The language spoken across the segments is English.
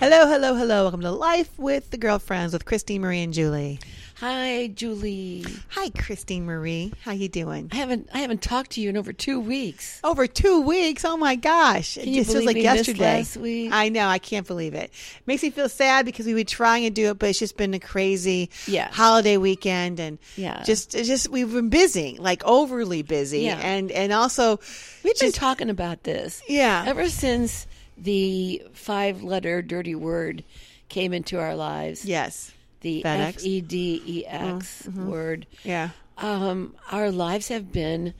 hello, hello. Welcome to Life with the Girlfriends with Christine Marie and Julie. Hi, Julie. Hi, Christine Marie. How you doing? I haven't I haven't talked to you in over two weeks. Over two weeks. Oh my gosh. Can you it just feels believe like we missed yesterday. last week? I know. I can't believe it. Makes me feel sad because we would try and do it, but it's just been a crazy Yeah. holiday weekend and Yeah. just, it's just, we've been busy, like overly busy. Yeah. And, and also, We've been just- talking about this. Yeah. Ever since the five letter dirty word came into our lives. yes. The FedEx. Mm-hmm. F E D E X word. Yeah. Um, our lives have been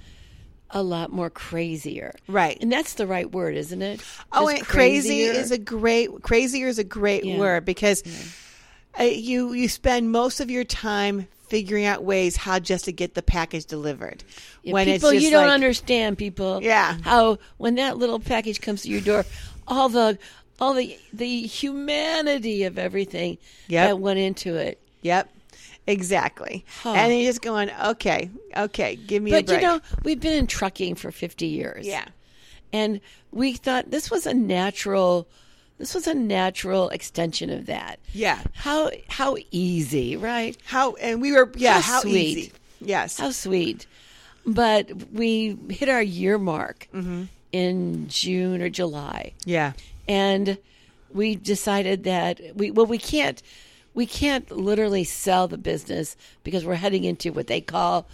a lot more crazier. Right. And that's the right word, isn't it? Oh, Just and crazy crazier. is a great crazier is a great Yeah. word because uh, you you spend most of your time figuring out ways how just to get the package delivered. Yeah, people just you don't like- understand people Yeah. how when that little package comes to your door all the all the the humanity of everything Yep. that went into it Yep, exactly. And you're just going, okay, okay, give me a but break. you know we've been in trucking for 50 years yeah, and we thought this was a natural this was a natural extension of that yeah. how how easy right How and we were yeah How how, sweet. easy yes how sweet but we hit our year mark Mm-hmm. in June or July yeah and we decided that we well we can't we can't literally sell the business because we're heading into what they call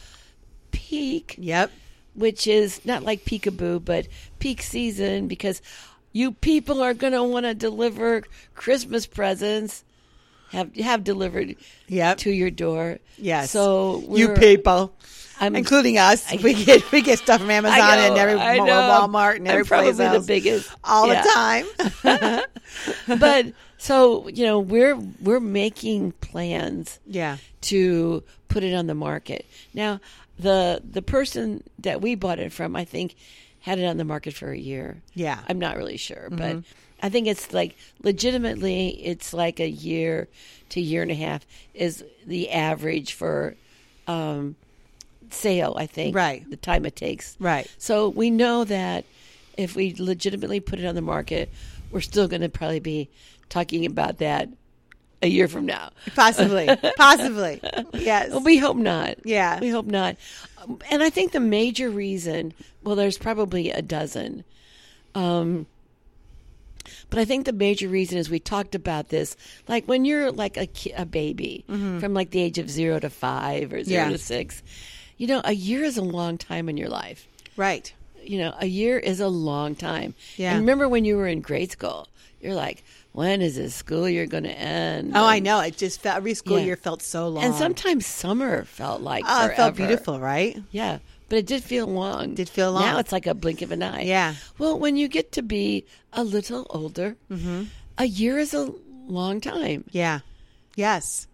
peak yep which is not like peekaboo but peak season because you people are going to want to deliver christmas presents have have delivered Yep. to your door yes. so you we're- people. I'm- including us, we get we get stuff from Amazon I know, and every I know. Walmart and I'm every place probably the else. biggest. all Yeah. the time. but so you know we're we're making plans Yeah. to put it on the market. Now, the the person that we bought it from, I think, had it on the market for a year. Yeah. Mm-hmm. I'm not really sure, but I think it's like legitimately, it's like a year to year and a half is the average for um, sale. I think Right. the time it takes. Right. So we know that if we legitimately put it on the market, we're still going to probably be talking about that a year from now. Possibly. Possibly. Yes. Well, we hope not. Yeah. We hope not. Um, And I think the major reason, well, there's probably a dozen. Um, but I think the major reason is we talked about this. Like when you're like a, ki- a baby from like the age of zero to five or zero Mm-hmm. Yeah. to six, you know, a year is a long time in your life. right. You know, a year is a long time. Yeah. And remember when you were in grade school, you're like, when is this school year going to end? Oh, I And- know. It just felt every school Yeah. year felt so long. And sometimes summer felt like oh, it felt forever. beautiful, right? Yeah, but it did feel long. Did feel long. Now it's like a blink of an eye. Yeah. Well, when you get to be a little older, Mm-hmm. a year is a long time. Yeah. Yes.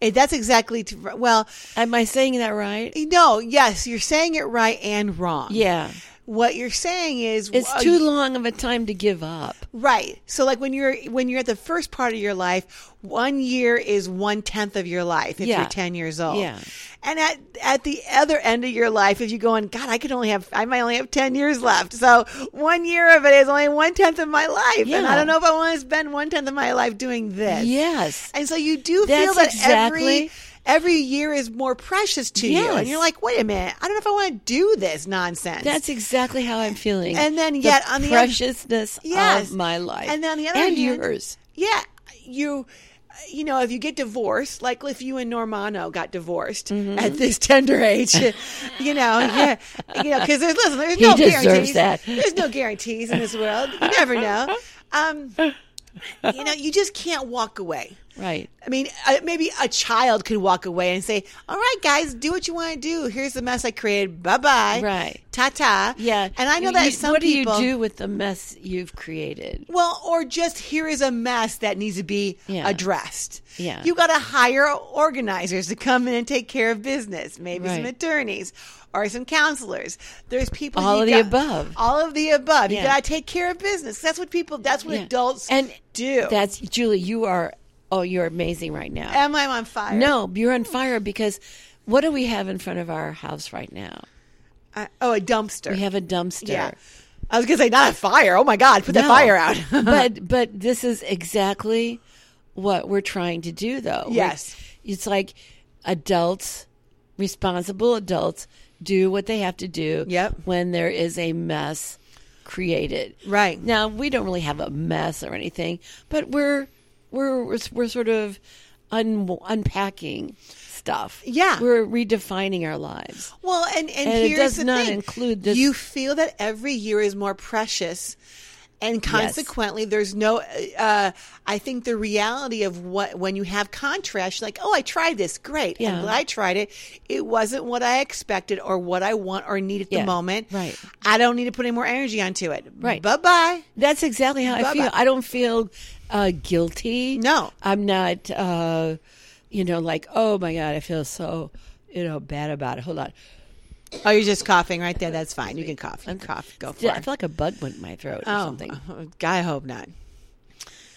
Eh, that's exactly t well. Am I saying that right? No, yes, you're saying it right and wrong. Yeah. What you're saying is uh, It's well, too long of a time to give up. Right. So like when you're when you're at the first part of your life, one year is one tenth of your life if Yeah. you're ten years old. Yeah. And at at the other end of your life, if you go on, God, I could only have I might only have ten years left. So one year of it is only one tenth of my life. And Yeah. I don't know if I want to spend one tenth of my life doing this. Yes. And so you do feel That's that exactly- every every year is more precious to you. Yes. And you're like, wait a minute, I don't know if I want to do this nonsense. That's exactly how I'm feeling. And then yet on the other- preciousness Yes. of my life. And then on the other hand- and yours. Yeah, you. uh, You know, if you get divorced, like if you and Normano got divorced Mm-hmm. at this tender age, you know, yeah, you know, because there's listen, there's He no deserves guarantees. that. There's no guarantees in this world. You never know. Um, you know, you just can't walk away. Right. I mean, uh, maybe a child could walk away and say, "All right, guys, do what you want to do. Here's the mess I created. Bye bye. Right. Ta ta. Yeah. And I know You- that you- some What do people you do with the mess you've created? well, or just here is a mess that needs to be Yeah. addressed. Yeah. You got to hire organizers to come in and take care of business, maybe some Right. attorneys or some counselors. There's people All you of the got- above. All of the above. Yeah. You got to take care of business. That's what people that's what Yeah. adults and do. That's Julie. You are. Oh, you're amazing right now. Am I on fire? No, you're on fire because what do we have in front of our house right now? I- oh, a dumpster. We have a dumpster. Yeah. I was gonna say not a fire. Oh my God, put that No. fire out. Uh-huh. but but this is exactly what we're trying to do though. We- Yes. it's like adults, responsible adults do what they have to do Yep. when there is a mess created. Right. Now, we don't really have a mess or anything, but we're we're we're, we're sort of un, unpacking stuff. Yeah. We're redefining our lives. Well, and and, And it here's does the not thing. include this- You feel that every year is more precious, and consequently, there's no. Uh, I think the reality of what when you have contrast, you're like, oh, I tried this, great, Yeah. I'm glad I tried it. It wasn't what I expected or what I want or need at the Yeah, moment. right. I don't need to put any more energy onto it. Right. Bye bye. That's exactly how I Bye-bye. feel. I don't feel uh, guilty. No. I'm not, uh, you know, like, oh my God, I feel so, you know, bad about it. Hold on. Oh, you're just coughing right there. That's fine. You can cough. You can cough. Go for Yeah, I it. feel like a bug went in my throat or Oh, something. God, I hope not.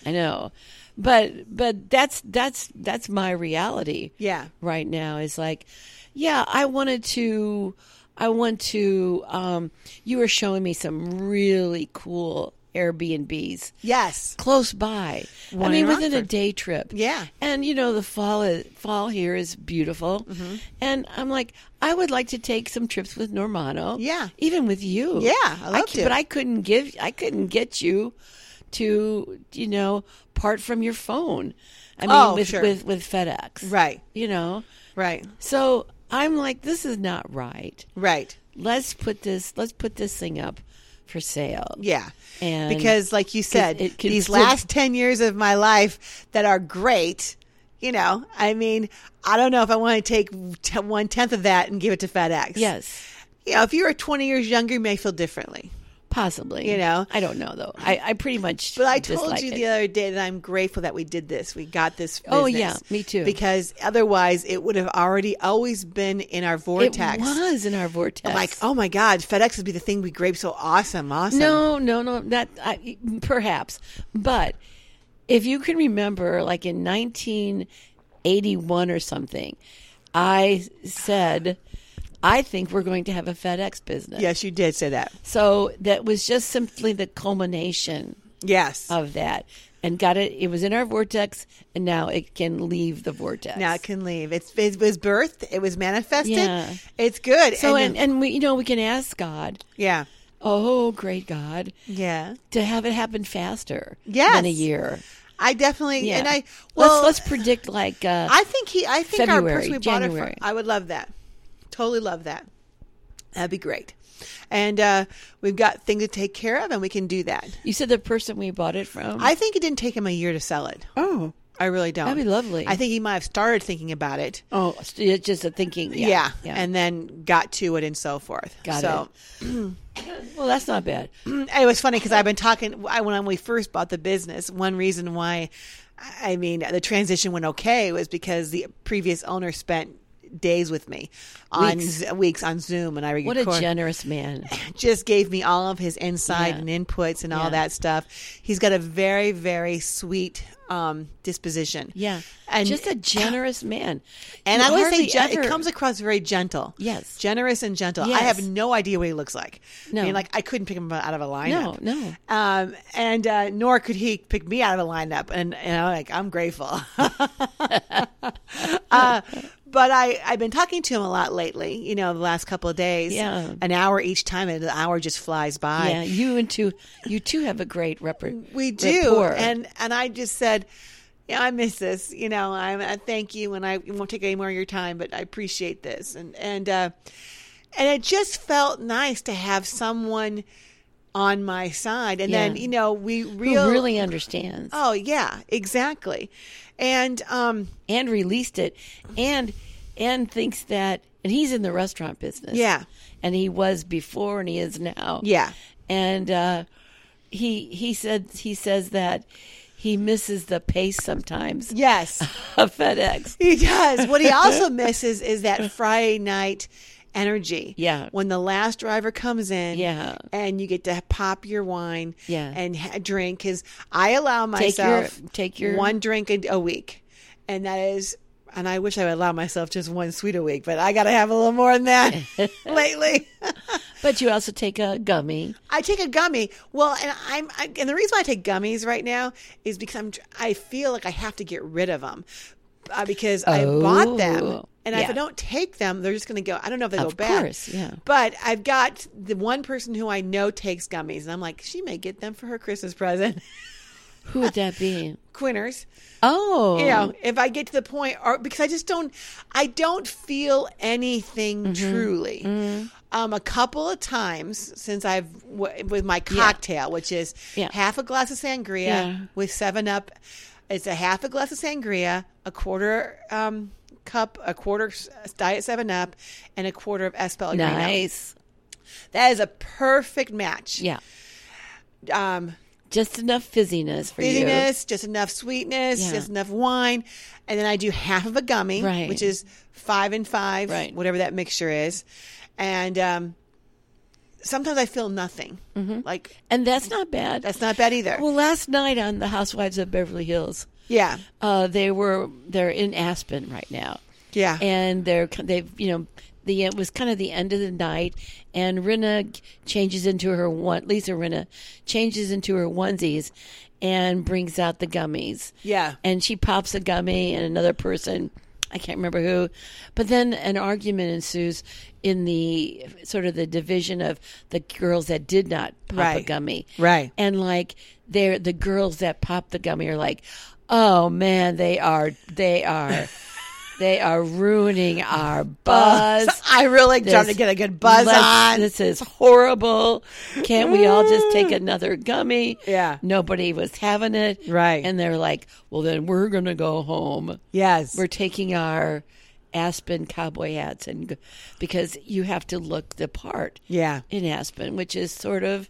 I know. But but that's that's that's my reality. Yeah. Right now is like, yeah, I wanted to I want to um you were showing me some really cool Airbnbs. Yes. close by. I One mean, in within a Rockford. day trip. Yeah. And you know, the fall is, fall here is beautiful, Mm-hmm. and I'm like, I would like to take some trips with Normano. Yeah. Even with you. Yeah, I love c- to. But I couldn't give. I couldn't get you to you know part from your phone. I mean, Oh, with, sure. with with FedEx. Right. You know. Right. So I'm like, this is not right. Right. Let's put this. Let's put this thing up for sale. Yeah. And- because like you said, it can these still- last 10 years of my life that are great, you know, I mean, I don't know if I want to take t- one tenth of that and give it to FedEx. Yes. You know, if you were 20 years younger, you may feel differently. Possibly. You know? I don't know though. I, I pretty much. But I told dislike you it. the other day that I'm grateful that we did this. We got this. Oh, business. yeah, me too. Because otherwise, it would have already always been in our vortex. It was in our vortex. Like, oh my God, FedEx would be the thing we grape so awesome, awesome. no, no, no. That I, perhaps, but if you can remember, like in 1981 or something, I said, I think we're going to have a FedEx business. Yes, you did say that. So that was just simply the culmination Yes. of that, and got it. It was in our vortex, and now it can leave the vortex. Now it can leave. It's it was birthed. It was manifested. Yeah. It's good. so And- and, and we you know we can ask God. yeah, Oh, great God. yeah. To have it happen faster Yes. than a year. I definitely Yeah. and I well let's, let's predict like uh, I think he I think our February, person we bought it January. from. I would love that. Totally love that. That'd be great. And uh, we've got things to take care of, and we can do that. you said the person we bought it from. I think it didn't take him a year to sell it. oh I really don't. That'd be lovely. I think he might have started thinking about it. oh so it's just a thinking. Yeah, Yeah, and then got to it and so forth. Got so, it. well that's not bad. And it was funny because I've been talking I, when we first bought the business. One reason why, I mean, the transition went okay was because the previous owner spent days with me on Weeks. weeks, weeks on Zoom, and I What record, a generous man. just gave me all of his insight Yeah. and inputs and all Yeah. that stuff. He's got a very very sweet um, disposition. Yeah, and just a generous man. and You I would say hardly gen- it ever- comes across very gentle. Yes. generous and gentle. Yes. I have no idea what he looks like. No. I mean, like I couldn't pick him out of a lineup. no. Um, and uh, nor could he pick me out of a lineup. And, and I'm like, I'm grateful. uh, but I I've been talking to him a lot lately. You know, the last couple of days. Yeah. an hour each time, and the hour just flies by. Yeah, you and two, you two have a great rapport. We do, rapport. and and I just said, yeah, I miss this. You know, I, I thank you, and I won't take any more of your time, but I appreciate this, and and uh, and it just felt nice to have someone on my side, and then Yeah. you know we who real, really understands. oh yeah, exactly, and um, and released it and and thinks that and he's in the restaurant business Yeah. and he was before and he is now Yeah. and uh he he said he says that he misses the pace sometimes yes. of fedex He does. What he also misses is that Friday night energy. Yeah. When the last driver comes in. Yeah. And you get to pop your wine. Yeah. And ha- drink because I allow Take your- myself take your- one drink a, a week, and that is. And I wish I would allow myself just one sweet a week, but I got to have a little more than that lately. But you also take a gummy. I take a gummy. Well, and I'm I, and the reason why I take gummies right now is because I'm tr- I feel like I have to get rid of them uh, because I bought them. Oh, And if I yeah. don't take them, they're just going to go. I don't know if they go Of back. course, yeah. But I've got the one person who I know takes gummies, and I'm like, she may get them for her Christmas present. Who would that be? Quinners. Oh, you know, if I get to the point, or because I just don't, I don't feel Mm-hmm. anything truly. Um, a couple of times since I've w- with my cocktail, which is Yeah. half a glass of sangria Yeah. with Seven Up. It's a half a glass of sangria, a quarter um, cup, a quarter s- diet Seven Up, and a quarter of Espelino. nice. That is a perfect match. Yeah, Um, just enough fizziness for you. fizziness, just enough sweetness, Yeah. just enough wine. And then I do half of a gummy, Right. which is five and five, Right. whatever that mixture is. And um, sometimes I feel nothing. Like, and that's not bad. that's not bad either. Mm-hmm. well, last night on the Housewives of Beverly Hills, yeah. uh, they were they're in Aspen right now, Yeah. and they're they've you know the it was kind of the end of the night, and Rinna changes into her one Lisa Rinna changes into her onesies, and brings out the gummies. yeah. and she pops a gummy and another person i can't remember who but then an argument ensues in the sort of the division of the girls that did not pop a Right. gummy Right. and like they're the girls that pop the gummy are like oh man they are they are they are ruining our buzz I really trying to this- get a good buzz let's- on. This is horrible. Can't we all just take another gummy? Mm. Yeah. Nobody was having it. Right. And they're like, well, then we're going to go home. yes. We're taking our Aspen cowboy hats and g- because you have to look the part yeah. in Aspen, which is sort of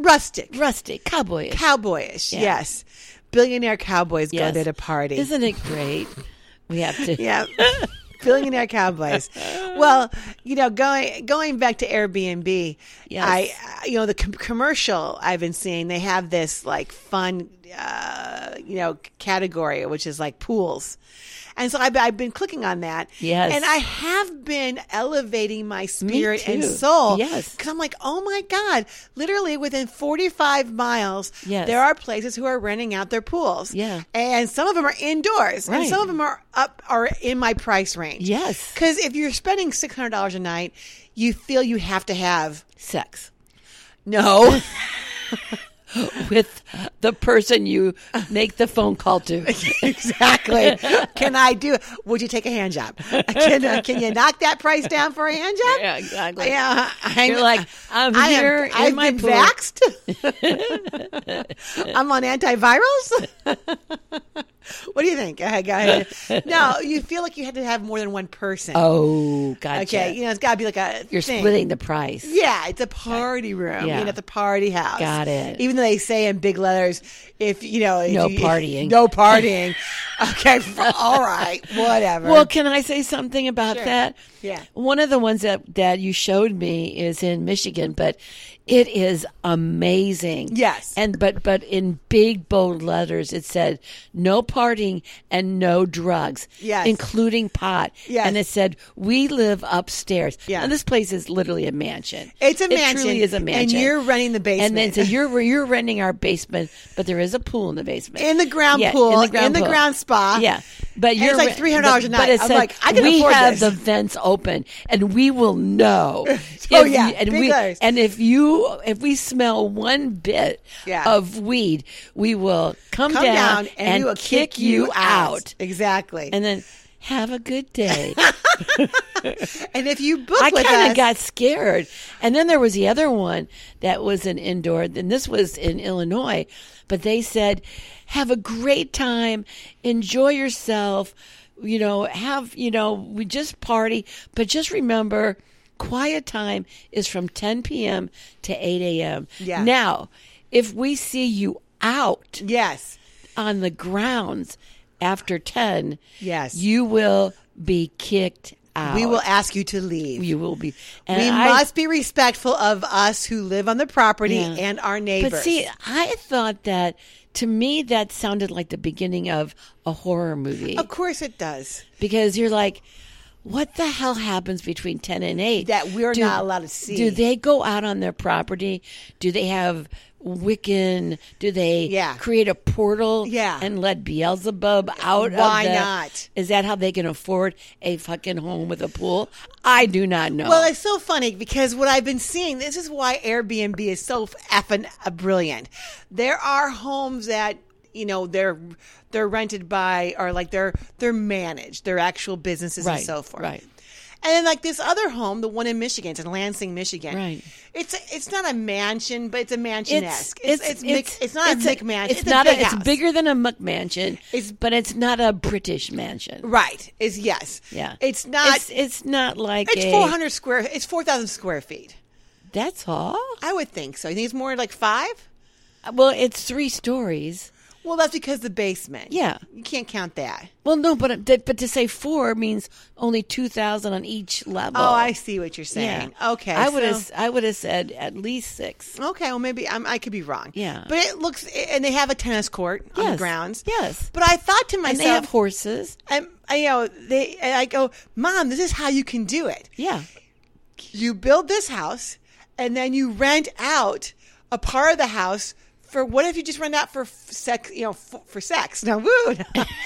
Rustic. rustic, cowboy. Cowboyish. Yes. Billionaire cowboys go Yes. there to party. Isn't it great? We have to. Yeah. Billionaire cowboys. Well, you know, going going back to Airbnb, Yes. I I- you know the com- commercial I've been seeing. They have this like fun, uh, you know, category which is like pools, and so I've, I've been clicking on that. Yes. and I have been elevating my spirit and too. soul. Yes. because I'm like, oh my god, literally within 45 miles, Yes. there are places who are renting out their pools. Yeah. and some of them are indoors, and Right. some of them are up are in my price range. Yes. Because if you're spending six hundred dollars a night, you feel you have to have Sex no, with the person you make the phone call to. exactly. Can I do? Would you take a hand job? Can, uh, can you knock that price down for a hand job? Yeah, exactly. Yeah, I- You're like, I'm I am- here in I've my been pool. vaxxed. I'm on antivirals. what do you think? Go ahead, go ahead. No, you feel like you had to have more than one person. Oh, gotcha. okay, you know it's got to be like a You're thing. splitting the price. Yeah, it's a party room. Yeah. You know, at the party house. Got it. Even though they say in big letters, if you know, if No you- partying. no partying. okay, f- all right, whatever. Well, can I say something about that? Yeah. One of the ones that, that you showed me is in Michigan, but it is amazing. Yes. And but but in big bold letters it said no partying and no drugs. Yes. Including pot. Yes. And it said we live upstairs. Yeah. And this place is literally a mansion. It's a mansion, It truly is a and mansion. you're renting the And then basement. so you're you're renting our basement, but there is a pool in the basement. In the ground Yeah, pool, in the ground, in the pool. ground spa. Yeah, but And you're it's Uh, like re- $300 a but- night. But it I'm said, like, I can we afford have this." the vents open, and we will know. Oh, If- yeah, and big we letters. and if you if we smell one bit Yeah. of weed, we will come, come down, and, we will kick, you out, Exactly. And, and then have a good day. if you book I with kind us- of got scared. And then there was the other one that was an indoor, and this was in Illinois, but they said, have a great time, enjoy yourself, you know, have, you know, we just party, but just remember, quiet time is from 10 p.m. to 8 a.m. Yeah. Now, if we see you out yes, on the grounds after 10, Yes. you will be kicked out. we will ask you to leave. You will be. And we I- must be respectful of us who live on the property Yeah. and our neighbors. But see, I thought that to me that sounded like the beginning of a horror movie of course it does. because you're like, What the hell happens between 10 and 8 That we're not allowed to see. Do they go out on their property? Do they have Wiccan? Do they Yeah. create a portal Yeah. and let Beelzebub out Why of the, not? Is that how they can afford a fucking home with a pool? I do not know. Well, it's so funny because what I've been seeing, this is why Airbnb is so effing uh, brilliant. There are homes that you know they're they're rented by or like they're they're managed, they're actual businesses Right, and so forth. right. And then like this other home, the one in Michigan, it's in Lansing, Michigan. Right. It's it's not a mansion, but it's a mansion esque. It's it's, it's, it's- it's not it's a McMansion. It's, not a, big it's house. bigger than a McMansion. It's- but it's not a British mansion. Right. Is yes. Yeah, It's not. It's, It's, it's not like a, 400 square. It's 4,000 square feet. That's all. I would think so. You think it's more like five? Well, it's three stories. Well, that's because the basement. Yeah. You can't count that. Well, no, but uh, but to say four means only two thousand on each level. Oh, I see what you're saying. Okay. I would so- have I would have said at least six. Okay, well, maybe I'm, I could be wrong. Yeah. But it looks, and they have a tennis court on the Yes. grounds. Yes. But I thought to And myself, they have horses. I'm, I, you know, they, and I go, Mom, this is how you can do it. Yeah. You build this house, and then you rent out a part of the house for what if you just rent out for f- sex, you know, for, for sex? Now, woo.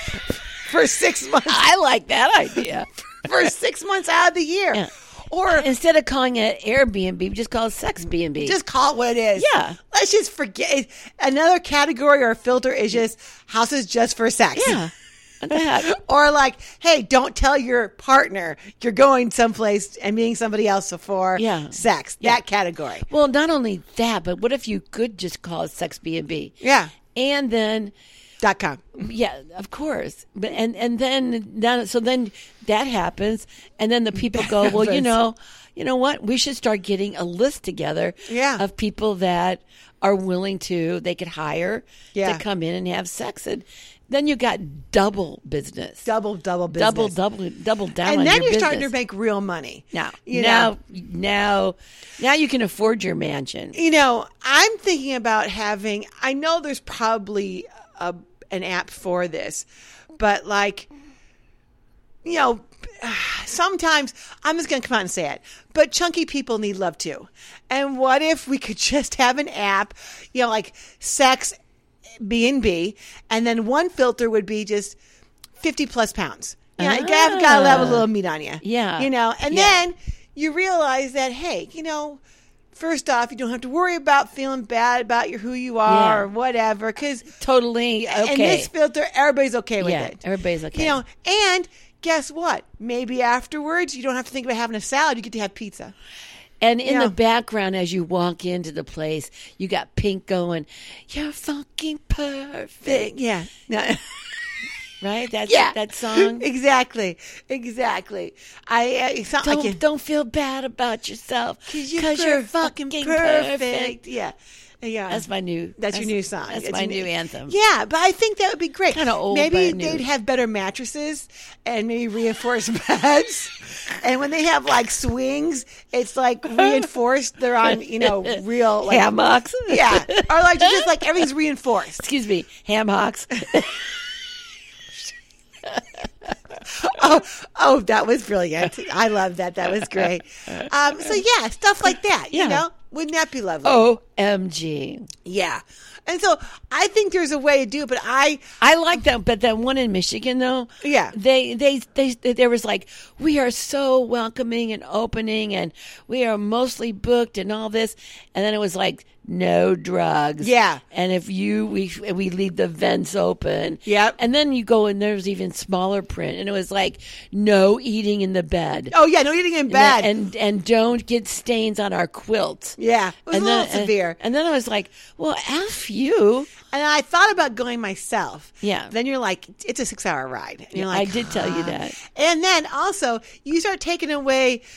for six months, I like that idea. for six months out of the year. Yeah. Or Instead of calling it Airbnb, just call it Sex B and B. Just call it what it is. Yeah. Let's just forget. Another category or filter is just houses just for sex. yeah. What the heck? Or like, hey, don't tell your partner you're going someplace and meeting somebody else for Yeah. sex. That category. Well, not only that, but what if you could just call it Sex B and B? Yeah. And then Dot com. Yeah, of course. But and and then that, so then that happens, and then the people go, well, you happens. know, you know what? We should start getting a list together, Yeah. of people that are willing to they could hire Yeah. to come in and have sex, and then you got double business, Double, double business. double double double down, And on then your you're starting to business. make real money. now, You now, know? now, now you can afford your mansion. You know, I'm thinking about having. I know there's probably a, an app for this, but like, you know, sometimes I'm just going to come out and say it. But chunky people need love too. And what if we could just have an app? You know, like sex, B and B, and then one filter would be just 50 plus pounds. Yeah, you gotta, gotta have a Ah. little meat on you. Yeah. you know, and Yeah. then you realize that hey, you know first off, you don't have to worry about feeling bad about your who you are Yeah. or whatever. Because Totally okay. in this filter, everybody's okay with Yeah, it. everybody's okay. You know, and guess what? Maybe afterwards, you don't have to think about having a salad. You get to have pizza. And in Yeah. the background, as you walk into the place, you got Pink going, "You're fucking perfect," Yeah. right? That's yeah. that song. Exactly. Exactly. I. Uh, it's not Don't like you- don't feel bad about yourself because you're you're perf- fucking perfect. perfect. Yeah. Yeah. That's my new. That's, your new song. That's, It's my your new anthem. Yeah, but I think that would be great. Kinda old, Maybe but new. they'd have better mattresses and maybe reinforced beds. and when they have like swings, it's like reinforced. They're on you know real like, Hammocks. Yeah, or like just like everything's reinforced. Excuse me, hammocks. Oh, oh, that was brilliant. I love that. That was great. Um, so yeah, stuff like that. Yeah. Oh. You know, wouldn't that be lovely? Omg, yeah. And so I think there's a way to do it, but I I like that. But that one in Michigan, though, Yeah. they, they they there was like we are so welcoming and opening, and we are mostly booked and all this, and then it was like no drugs, Yeah. and if you we we leave the vents open, Yep. and then you go and there's even smaller print, and it was like no eating in the bed, oh yeah, no eating in bed. and and don't get stains on our quilts. yeah, it was a little severe. And, then I was like, well, f you. And I thought about going myself. Yeah. Then you're like, it's a six hour ride. And you're I like, "Ah, did tell you that. And then also, you start taking away.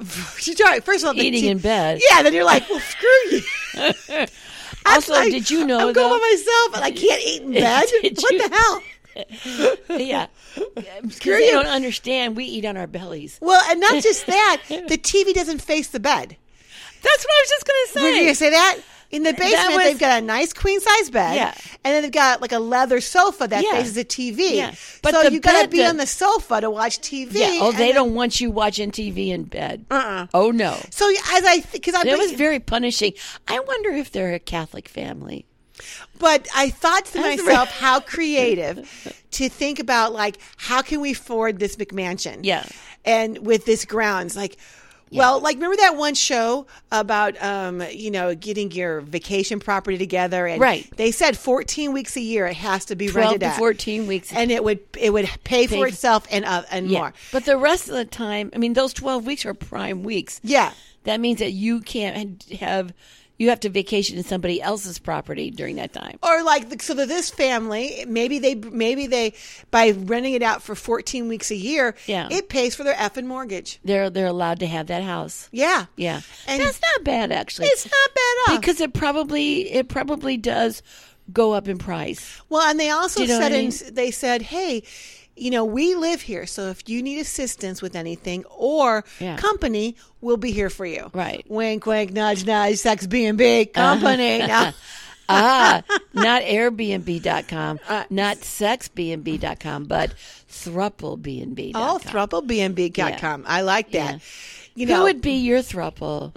You start first of all the Eating in bed. Yeah. Then you're like, well, screw you. I'm Also, like, did you know I'm though? going by myself and I can't eat in bed? Did what you- the hell? yeah. Because Screw they you. don't understand. We eat on our bellies. Well, and not just that, the TV doesn't face the bed. That's what I was just going to Were you gonna say that? In the basement, was- they've got a nice queen size bed, Yeah. and then they've got like a leather sofa that Yeah. faces a TV. Yeah. But so the you got to bed be that- on the sofa to watch TV. Yeah. Oh, and they then- don't want you watching TV in bed. Uh-uh. Oh no. So yeah, as I, because I That was very punishing. I wonder if they're a Catholic family. But I thought to That's myself, right. how creative to think about like how can we afford this McMansion? Yeah. and with this grounds, like. Well, like remember that one show about um, you know getting your vacation property together, and Right. They said fourteen weeks a year it has to be Twelve rented to out. fourteen weeks. and it would it would pay for Pay- itself and uh, and Yeah. more. But the rest of the time, I mean, those twelve weeks are prime weeks. Yeah, That means that you can't have you have to vacation in somebody else's property during that time. or like the, so that this family maybe they maybe they by renting it out for fourteen weeks a year, Yeah. it pays for their effing mortgage. They're they're allowed to have that house. Yeah, Yeah. And- That's not bad actually. It's not bad off. because it probably it probably does go up in price. well, and they also Do you know said what I in, they said, "Hey, you know, we live here, so if you need assistance with anything or Yeah. company, we'll be here for you." Right. Uh-huh. Wink, wink, nudge, nudge. Sex B and B company. Now, Ah, not Airbnb.com, Uh, not sexbnb.com, but thrupplebnb.com. oh, thruple B and B dot com. I like that. Yeah. You Who know, would be your thruple?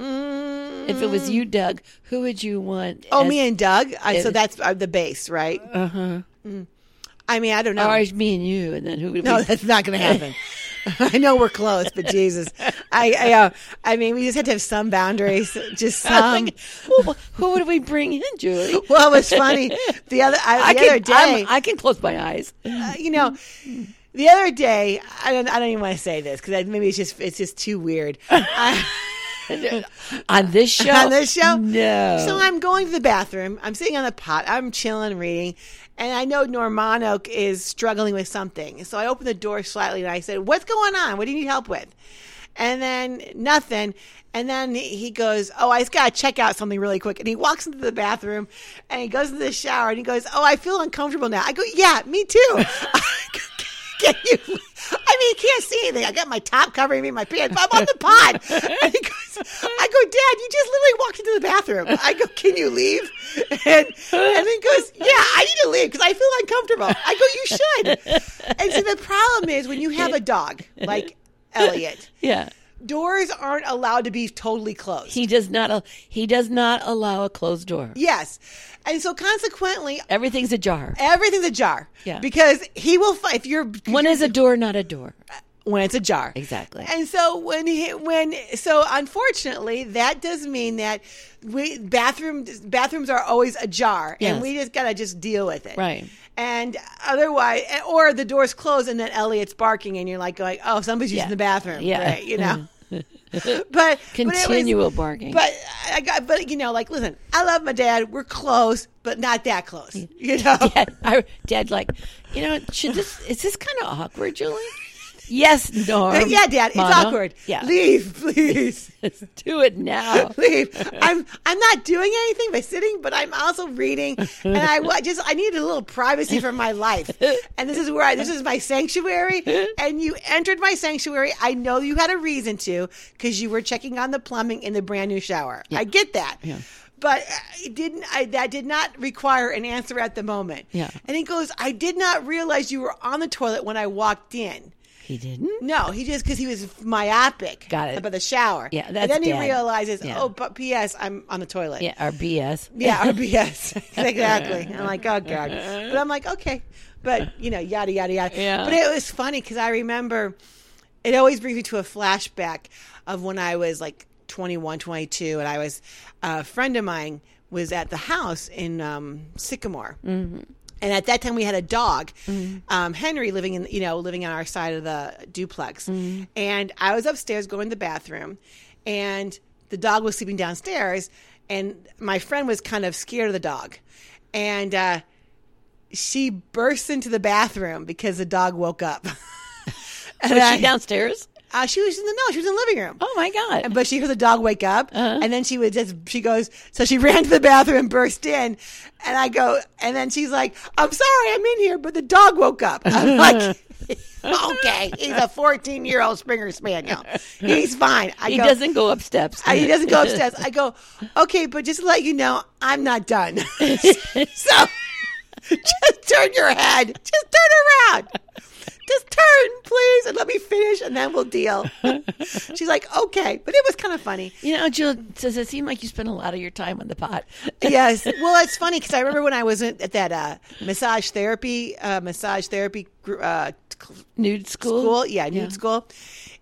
If it was you, Doug, who would you want? Mm. oh, as- me and Doug. I, so It- Uh-huh. that's uh, the base, right? Uh huh. I mean, I don't know. Or it's me and you, and then who would No, be? that's not going to happen. I know we're close, but Jesus, I, I, uh, I mean, we just had to have some boundaries, just some. who, who would we bring in, Julie? Well, it was funny the other I, I the can, other day. I'm- I can close my eyes. uh, you know, the other day, I don't, I don't even want to say this because maybe it's just, it's just too weird. I, On this show? on this show. No. So I'm going to the bathroom. I'm sitting on the pot. I'm chilling, reading. And I know Normano is struggling with something. So I opened the door slightly and I said, What's going on? What do you need help with? And then nothing. And then he goes, Oh, I just got to check out something really quick. And he walks into the bathroom and he goes into the shower and he goes, Oh, I feel uncomfortable now. I go, Yeah, me too. Can you? I mean, you can't see anything. I got my top covering me, my pants. I'm on the pod. And he goes, I go, Dad, you just literally walked into the bathroom. I go, Can you leave? And and he goes, Yeah, I need to leave because I feel uncomfortable. I go, You should. And so the problem is when you have a dog like Elliot, yeah. doors aren't allowed to be totally closed. He does not. al- He does not allow a closed door. yes, and so consequently, Everything's ajar. everything's ajar. Yeah. because he will. fi- If you're One is a door, not a door. when it's ajar. Exactly. And so when he, when so unfortunately that does mean that we bathroom bathrooms are always ajar and Yes. we just got to just deal with it. Right. And otherwise or the doors close and then Elliot's barking and you're like going, "Oh, somebody's using Yeah. the bathroom." Yeah. Right, you know. but Continual but, it was- bargaining. but I got but you know like listen, I love my dad. We're close, but not that close. Mm. You know. Dad, I, Dad, like, you know, should this is this kind of awkward, Julie? Yes, Norm. Yeah, Dad, it's Mono. awkward. Yeah, Leave, please. let's do it now. leave. I'm I'm not doing anything by sitting, but I'm also reading, and I wa- just I needed a little privacy from my life, and this is where I this is my sanctuary, and you entered my sanctuary. I know you had a reason to because you were checking on the plumbing in the brand new shower. I get that. Yeah. But uh, it didn't I that did not require an answer at the moment. Yeah. And he goes, I did not realize you were on the toilet when I walked in. He didn't. No, he just because he was myopic. Got it. About the shower. Yeah, And that's then he dad. realizes, Yeah. oh, but P.S. I'm on the toilet. Yeah, our BS. Yeah, RBS. exactly. I'm like, oh god. But I'm like, okay. But you know, yada yada yada. Yeah. But it was funny because I remember it always brings me to a flashback of when I was like 21, 22, and I was a friend of mine was at the house in um, Sycamore. And at that time, we had a dog, um, Henry, living in you know living on our side of the duplex. And I was upstairs going to the bathroom, and the dog was sleeping downstairs. And my friend was kind of scared of the dog, and uh, she burst into the bathroom because the dog woke up. and Was I- she downstairs? uh, she was in the no, she was in the living room. Oh my God! But she heard the dog wake up, Uh-huh. and then she would just she goes. So she ran to the bathroom and burst in, and I go, and then she's like, "I'm sorry, I'm in here, but the dog woke up." I'm like, okay, he's a 14 year old Springer Spaniel. He's fine. I He go, doesn't go up steps. I, he doesn't go upstairs. I go, okay, but just to let you know, I'm not done. so just turn your head. Just turn around. Just turn, please, and let me finish, and then we'll deal. She's like, okay, but it was kind of funny. You know, Jill, does it seem like you spend a lot of your time on the pot? yes. Well, it's funny because I remember when I was in- at that uh, massage therapy, uh, massage therapy gr- uh, cl- Nude school? school. Yeah, nude school.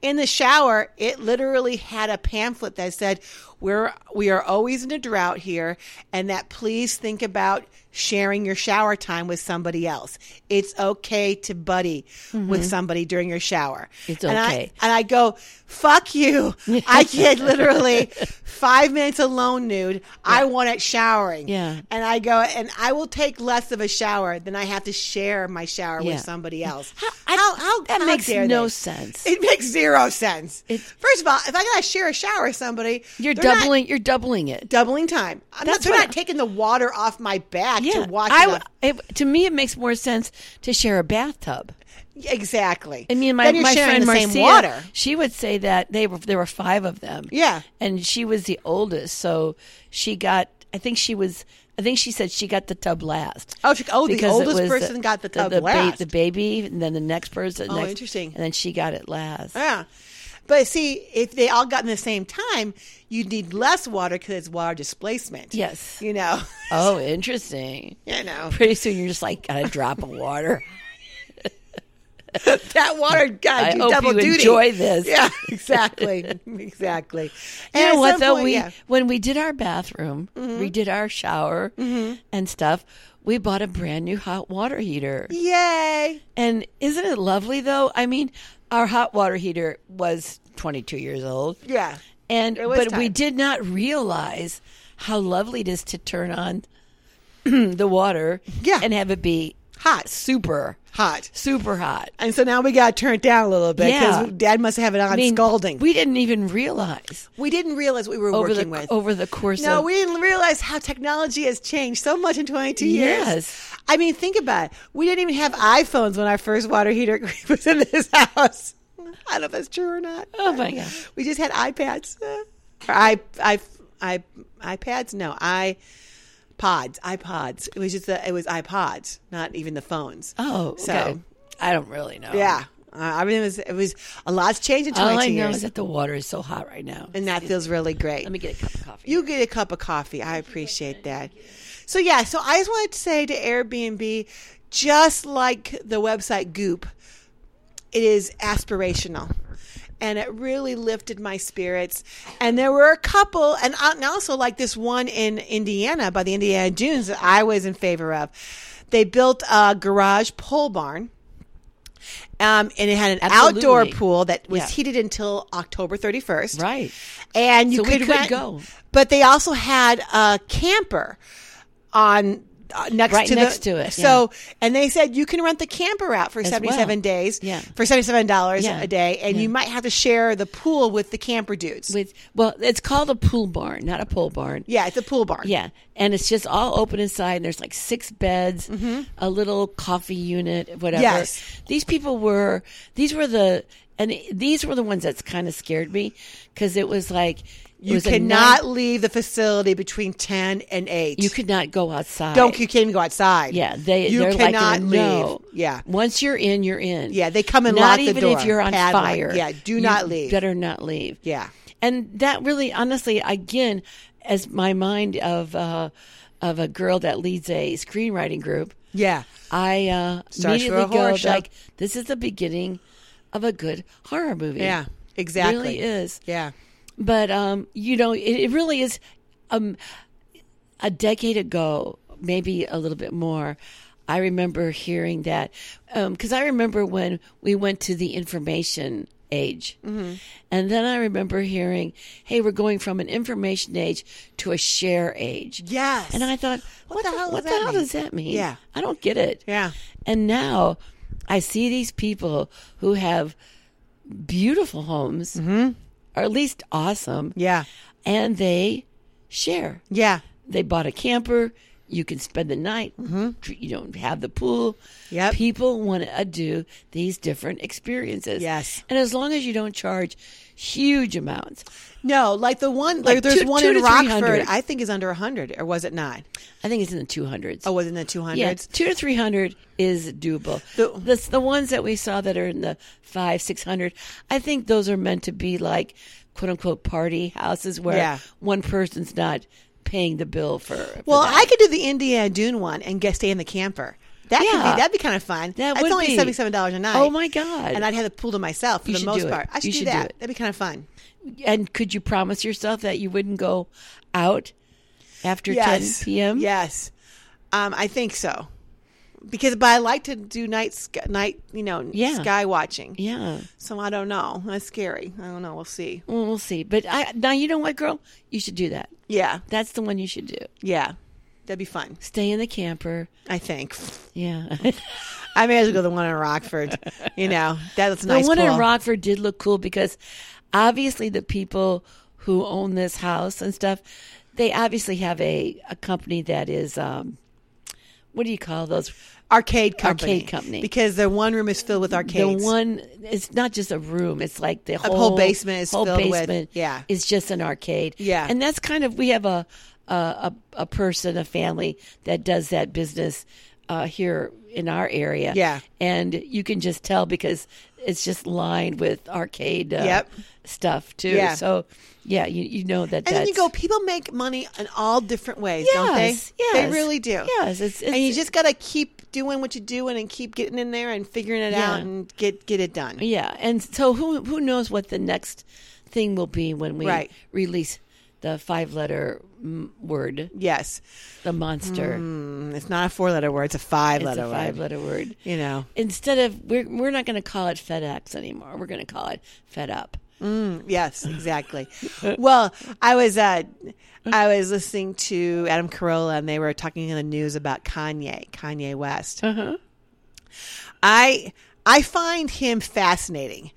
In the shower, it literally had a pamphlet that said, "We're we are always in a drought here, and that please think about sharing your shower time with somebody else. It's okay to buddy with somebody during your shower. Mm-hmm. It's And I- okay. and I go, fuck you. I get literally five minutes alone nude. I want it showering. Yeah. And I go, and I will take less of a shower than I have to share my shower Yeah. with somebody else. How, I- how, how that makes dare no they? sense. It makes zero sense. It- First of all, if I gotta share a shower with somebody, You're they're not doubling. You're doubling it. doubling time. I'm not, That's they're what not taking the water off my back to wash it I w- off. it- to me, it makes more sense to share a bathtub. Exactly. I mean, my, then you're my sharing friend the Marcia, same water. she would say that they were there were five of them. Yeah. and she was the oldest, so she got. I think she was. I think she said she got the tub last. Oh, she- oh, the Because it oldest was person got the tub the, ba- last. the baby, and then the next person. Oh, next- interesting. And then she got it last. Yeah. Ah. But see, if they all got in the same time, you need less water because it's water displacement. Yes. You know, Oh, interesting. you know Pretty soon, you're just like got a drop of water. that water got I do hope double you duty. enjoy this. Yeah, exactly, exactly. And You know at what some though? point- we yeah. Mm-hmm. when we did our bathroom, we did our shower and stuff. We bought a brand new hot water heater, yay. and isn't it lovely though? I mean, our hot water heater was 22 years old, Yeah. and was but we time. did not realize how lovely it is to turn on the water, Yeah. and have it be Hot. super Hot. super hot. And so now we got to turn it down a little bit Yeah. because dad must have it on I mean, scalding. We didn't even realize we didn't realize what we were over the working with. over the course No, of we didn't realize how technology has changed so much in 22 years. Yes. I mean, think about it. We didn't even have iPhones when our first water heater was in this house. I don't know if that's true or not. oh my god. We just had iPads. Or I, I, I, iPads? No, I pods ipods it was just the, it was ipods not even the phones Oh, okay. So- I don't really know. yeah uh, i mean it was it was a lot's changed in 22 All I know years is that the water is so hot right now. and that feels really great Let me get a cup of coffee. You get a cup of coffee. I appreciate that. So yeah, so I just wanted to say to Airbnb, just like the website Goop, it is aspirational. And it really lifted my spirits. And there were a couple, and uh, and also like this one in Indiana by the Indiana Dunes that I was in favor of. They built a garage pole barn, um, and it had an outdoor Absolutely. pool that was Yeah. heated until October 31st right. and you So we could, could rent, go. But they also had a camper on uh, next Right to the- next to it, So and they said you can rent the camper out for seventy seven well. days, Yeah. for seventy seven dollars Yeah. a day, and you might have to share the pool with the camper dudes. With well, it's called a pool barn, not a pole barn. yeah, it's a pool barn. Yeah, and it's just all open inside, and there's like six beds, a little coffee unit, whatever. Mm-hmm. Yes. These people were these were the and these were the ones that's kind of scared me because it was like it you was a cannot night- leave the facility between ten and eight. you could not go outside. don't you can't even go outside. Yeah, they you they're cannot like leave. no. Yeah, once you're in, you're in. Yeah, they come and lock not the even door, if you're on padlock. fire. Yeah, do you not leave. Better not leave. yeah. and that really, honestly, again, as my mind of uh, of a girl that leads a screenwriting group, Yeah. I uh, Starts with a immediately horror go show. like, this is the beginning of a good horror movie. Yeah. It Exactly. really is Yeah. but um, you know, it, it really is. Um, a decade ago, maybe a little bit more, I remember hearing that because I remember when we went to the information age, and then I remember hearing, "Hey, we're going from an information age to a share age." Yes. and I thought, "What, the hell? does What the that hell mean? does that mean?" Yeah. I don't get it. Yeah. and now I see these people who have beautiful homes or at least awesome. Mm-hmm. Yeah. And they share. Yeah. They bought a camper, You can spend the night. tr- You don't have the pool. Mm-hmm. Yep. People want to do these different experiences. Yes. And as long as you don't charge huge amounts, No, like the one, like, Like there's two- one two in to Rockford. 300. I think is under hundred, or was it not? I think it's in the 200s. Oh, was it in the two hundreds? Yes, two to three hundred is doable. The- The, the ones that we saw that are in the five six hundred, I think those are meant to be like quote unquote party houses where Yeah. one person's not paying the bill for. for Well, that. I could do the Indiana Dune one and get stay in the camper. That could Yeah. be that'd be kind of fun. That That's would only be. seventy seven dollars a night. Oh, my God. And I'd have the pool to myself for You the should most do it. part. I should You do should do that. it. that'd be kind of fun. and could you promise yourself that you wouldn't go out after ten p.m. Yes, um, I think so. Because, but I like to do night sky, night you know Yeah. sky watching. yeah. So I don't know. That's scary. I don't know. We'll see. Well, we'll see. But I now you know what, girl, you should do that. Yeah, That's the one you should do. yeah, that'd be fun. Stay in the camper. I think. Yeah. I may as well go the one in Rockford. You know, that's a The nice. one pool. in Rockford did look cool because obviously the people who own this house and stuff, they obviously have a, a company that is um, what do you call those? arcade company. Arcade company. Because the one room is filled with arcades. The one it's not just a room, it's like the whole, whole basement is whole filled with- basement yeah. is just an arcade. Yeah. And that's kind of we have a a, a, a person, a family that does that business uh, here in our area. Yeah. And you can just tell because it's just lined with arcade uh, Yep. stuff too. Yeah. So yeah, you, you know that and that's then you go, people make money in all different ways, don't they? Yes, yes. They really do. Yes, it's, it's And you just got to keep doing what you're doing and keep getting in there and figuring it Yeah. out and get get it done. Yeah, and so who who knows what the next thing will be when we Right. release the five letter word, Yes. the monster. Mm, It's not a four letter word, it's a five it's letter a five word. letter word. You know, Instead of we're we're not going to call it FedEx anymore. We're going to call it Fed Up. Mm, yes, exactly. well, I was uh, I was listening to Adam Carolla, and they were talking in the news about Kanye, Kanye West. Uh-huh. I I find him fascinating.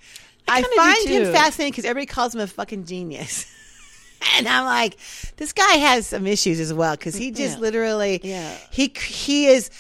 I, kinda do find him too. fascinating because everybody calls him a fucking genius. And I'm like, this guy has some issues as well because he just Yeah. literally, Yeah. he he is.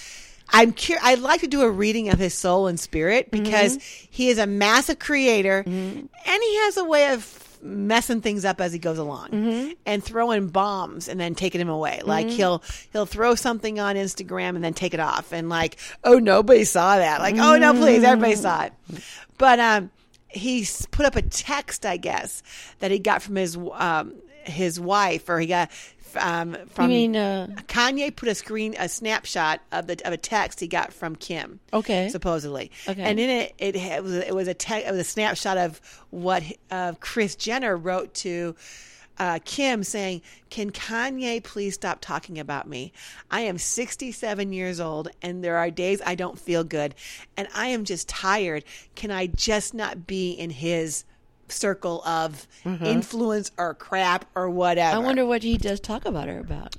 I'm cur- I'd like to do a reading of his soul and spirit Mm-hmm. because he is a massive creator, and he has a way of messing things up as he goes along Mm-hmm. and throwing bombs and then taking him away. Like he'll he'll throw something on Instagram and then take it off, and like, oh nobody saw that. Like, oh no, please, everybody saw it. Mm-hmm. But um, he's put up a text, I guess, that he got from his um, his wife, or he got um, from. I mean, uh, Kanye put a screen, a snapshot of the of a text he got from Kim. Okay. supposedly. Okay. and in it, it, ha- it was it was a te- it was a snapshot of what uh, Chris Jenner wrote to. Uh, Kim saying, "Can Kanye please stop talking about me? I am 67 years old, and there are days I don't feel good, and I am just tired. Can I just not be in his circle of influence or crap or whatever?" Mm-hmm. I wonder what he does talk about her about.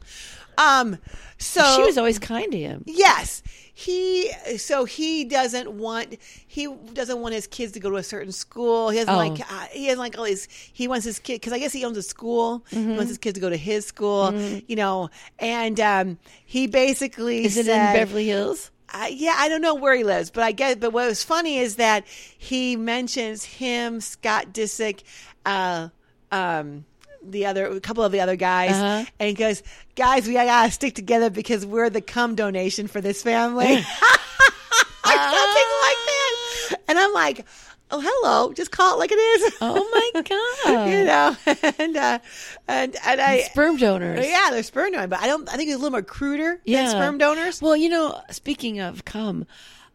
Um, so she was always kind to him. Yes. He so he doesn't want he doesn't want his kids to go to a certain school. He doesn't Oh. like uh, he doesn't like all these. He wants his kid because I guess he owns a school. Mm-hmm. He wants his kids to go to his school. You know, and um, he basically Is it said- in Beverly Hills? I yeah, I don't know where he lives, but I get. But what was funny is that he mentions him, Scott Disick, uh, um, the other, a couple of the other guys, Uh-huh. and he goes, "Guys, we gotta stick together because we're the cum donation for this family." or something like that, and I'm like, "Oh, hello, just call it like it is." Oh my god! you know, and uh, and and I. Sperm donors. yeah, they're sperm donors, but I don't. I think it's a little more cruder yeah. than sperm donors. Well, you know, speaking of cum,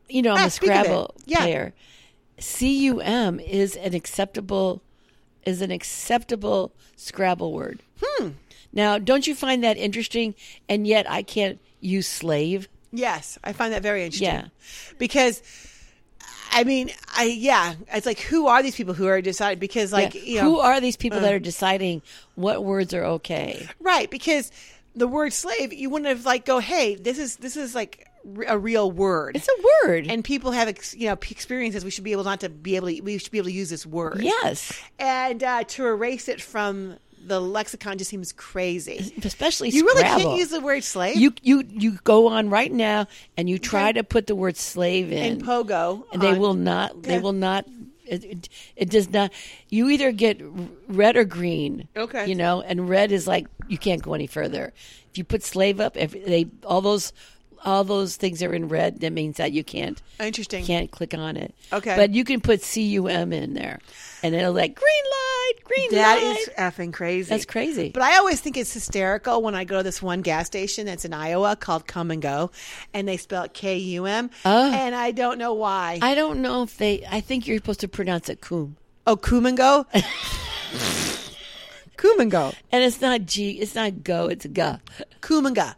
you know, I'm Ah, a speak of it. Scrabble Yeah. player. CUM is an acceptable is an acceptable Scrabble word. Hmm. Now, don't you find that interesting? And yet, I can't use slave. Yes, I find that very interesting. Yeah. Because I mean, I yeah, it's like who are these people who are decided because like, Yeah. you know, uh. Who are these people that are deciding what words are okay? right, because the word slave, you wouldn't have like go, "Hey, this is this is like r- a real word." It's a word. and people have ex- you know p- experiences we should be able not to be able to we should be able to use this word yes, and uh, to erase it from the lexicon just seems crazy. especially You really Scrabble. can't use the word slave you you you go on right now and you try to put the word slave in and pogo. Uh, and they on- will not they Yeah. will not it, it, it does not you either get r- red or green Okay. you know and red is like you can't go any further if you put slave up if they all those all those things are in red that means that you can't Interesting. can't click on it Okay. but you can put cum in there and it'll like green light green That light is effing crazy. that's crazy But I always think it's hysterical when I go to this one gas station that's in Iowa called Come and Go, and they spell it K U M, Oh. and I don't know why. i don't know if they i think you're supposed to pronounce it cum oh, Come and Go. Come and Go. and it's not g it's not go it's ga Kuminga.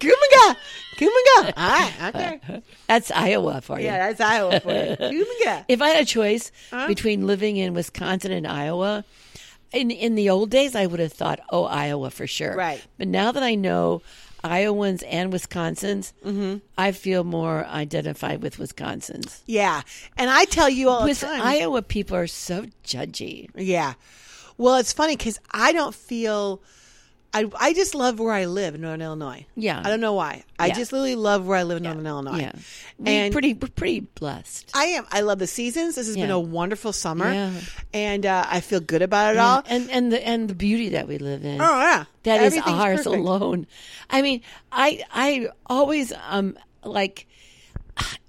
Kuminga. Kuminga. All right. Okay. that's iowa for you Yeah, that's Iowa for you. Kuminga. If I had a choice between living in Wisconsin and Iowa, in in the old days I would have thought, oh, Iowa for sure. Right. But now that I know Iowans and Wisconsins, Mm-hmm. I feel more identified with Wisconsins. Yeah. And I tell you all the With time. Iowa people are so judgy. Yeah. Well, it's funny because I don't feel. I, I just love where I live in Northern Illinois. Yeah. I don't know why. I Yeah. just really love where I live in Northern Illinois. Yeah. We're And pretty we're pretty blessed. I am. I love the seasons. This has been Yeah. a wonderful summer. Yeah. And uh, I feel good about it all. And and the and the beauty that we live in. Uh, oh, yeah. That is Everything's ours perfect. alone. I mean, I I always um like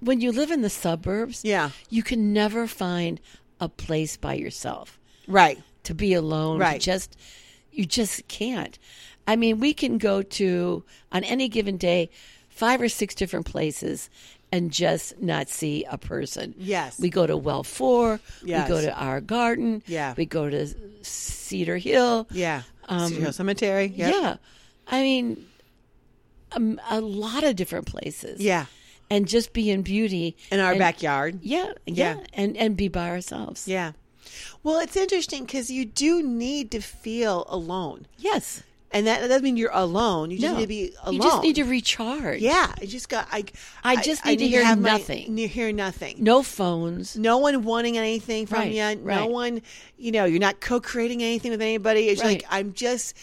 when you live in the suburbs, Yeah. you can never find a place by yourself Right. to be alone. to Right. just you just can't. I mean, we can go to on any given day five or six different places and just not see a person. Yes. We go to well four, Yes. we go to our garden, Yeah. we go to Cedar Hill. Yeah. Um, Cedar Hill Cemetery. Yep. Yeah. I mean, um, a lot of different places. Yeah. And just be in beauty. In our And- backyard. Yeah, Yeah. yeah. And and be by ourselves. Yeah. Well, it's interesting because you do need to feel alone. Yes. And that, that doesn't mean you're alone. You just No. need to be alone. You just need to recharge. Yeah, I just got. I I just need to hear nothing. My, hear nothing. No, No phones. one wanting anything from Right, you. No right. one. You know, you're not co-creating anything with anybody. It's Right. like I'm just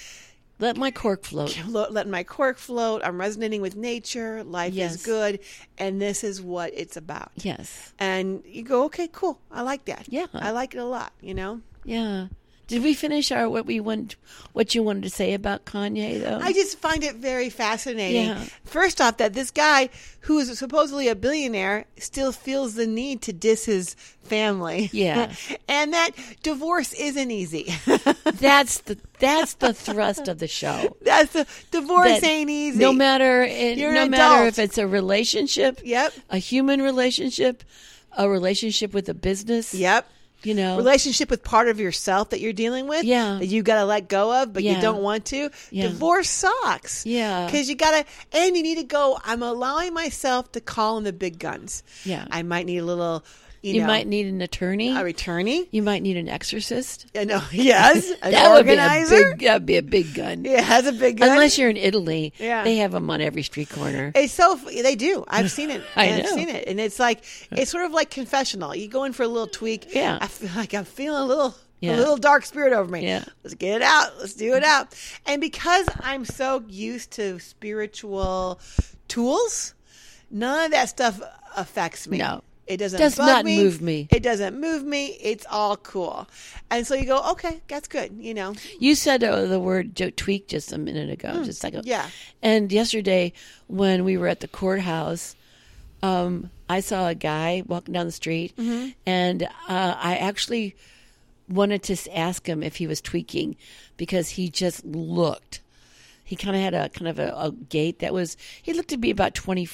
Let my cork float. lo- letting my cork float. I'm resonating with nature. Life is Yes. good, and this is what it's about. Yes. And you go, okay, cool. I like that. Yeah. I like it a lot. You know. Yeah. Did we finish our what we want what you wanted to say about Kanye though? I just find it very fascinating. Yeah. First off, that this guy who is supposedly a billionaire still feels the need to diss his family. Yeah. and that divorce isn't easy. that's the that's the thrust of the show. That's the divorce that ain't easy. No matter it, You're an no matter adult. if it's a relationship, Yep. a human relationship, a relationship with a business, Yep. you know, Relationship with part of yourself that you're dealing with, Yeah. that you got to let go of, but you Yeah. don't want to. Yeah. Divorce sucks, Yeah. because you gotta, and you need to go. I'm allowing myself to call in the big guns. Yeah. I might need a little, you, you know, might need an attorney. a returnee. you might need an exorcist. Yeah, no, yes, an that organizer. would be a big. That'd be a big gun. yeah, has a big gun. Unless you're in Italy, Yeah. they have them on every street corner. it's so they do. I've seen it. I have know. seen it, and it's like it's sort of like confessional. You go in for a little tweak. Yeah. I feel like I'm feeling a little. A Yeah. little dark spirit over me. Yeah. Mm-hmm. Let's get it out. Let's do it out. And because I'm so used to spiritual tools, none of that stuff affects me. No. It doesn't Does bug not me. move me. It doesn't move me. It's all cool. And so you go, okay, that's good. You know, You said uh, the word jo- tweak just a minute ago, just a second. Hmm. yeah. And yesterday, when we were at the courthouse, um, I saw a guy walking down the street, Mm-hmm. and uh, I actually wanted to s- ask him if he was tweaking because he just looked. He kind of had a kind of a, a gait that was. He looked to be about twenty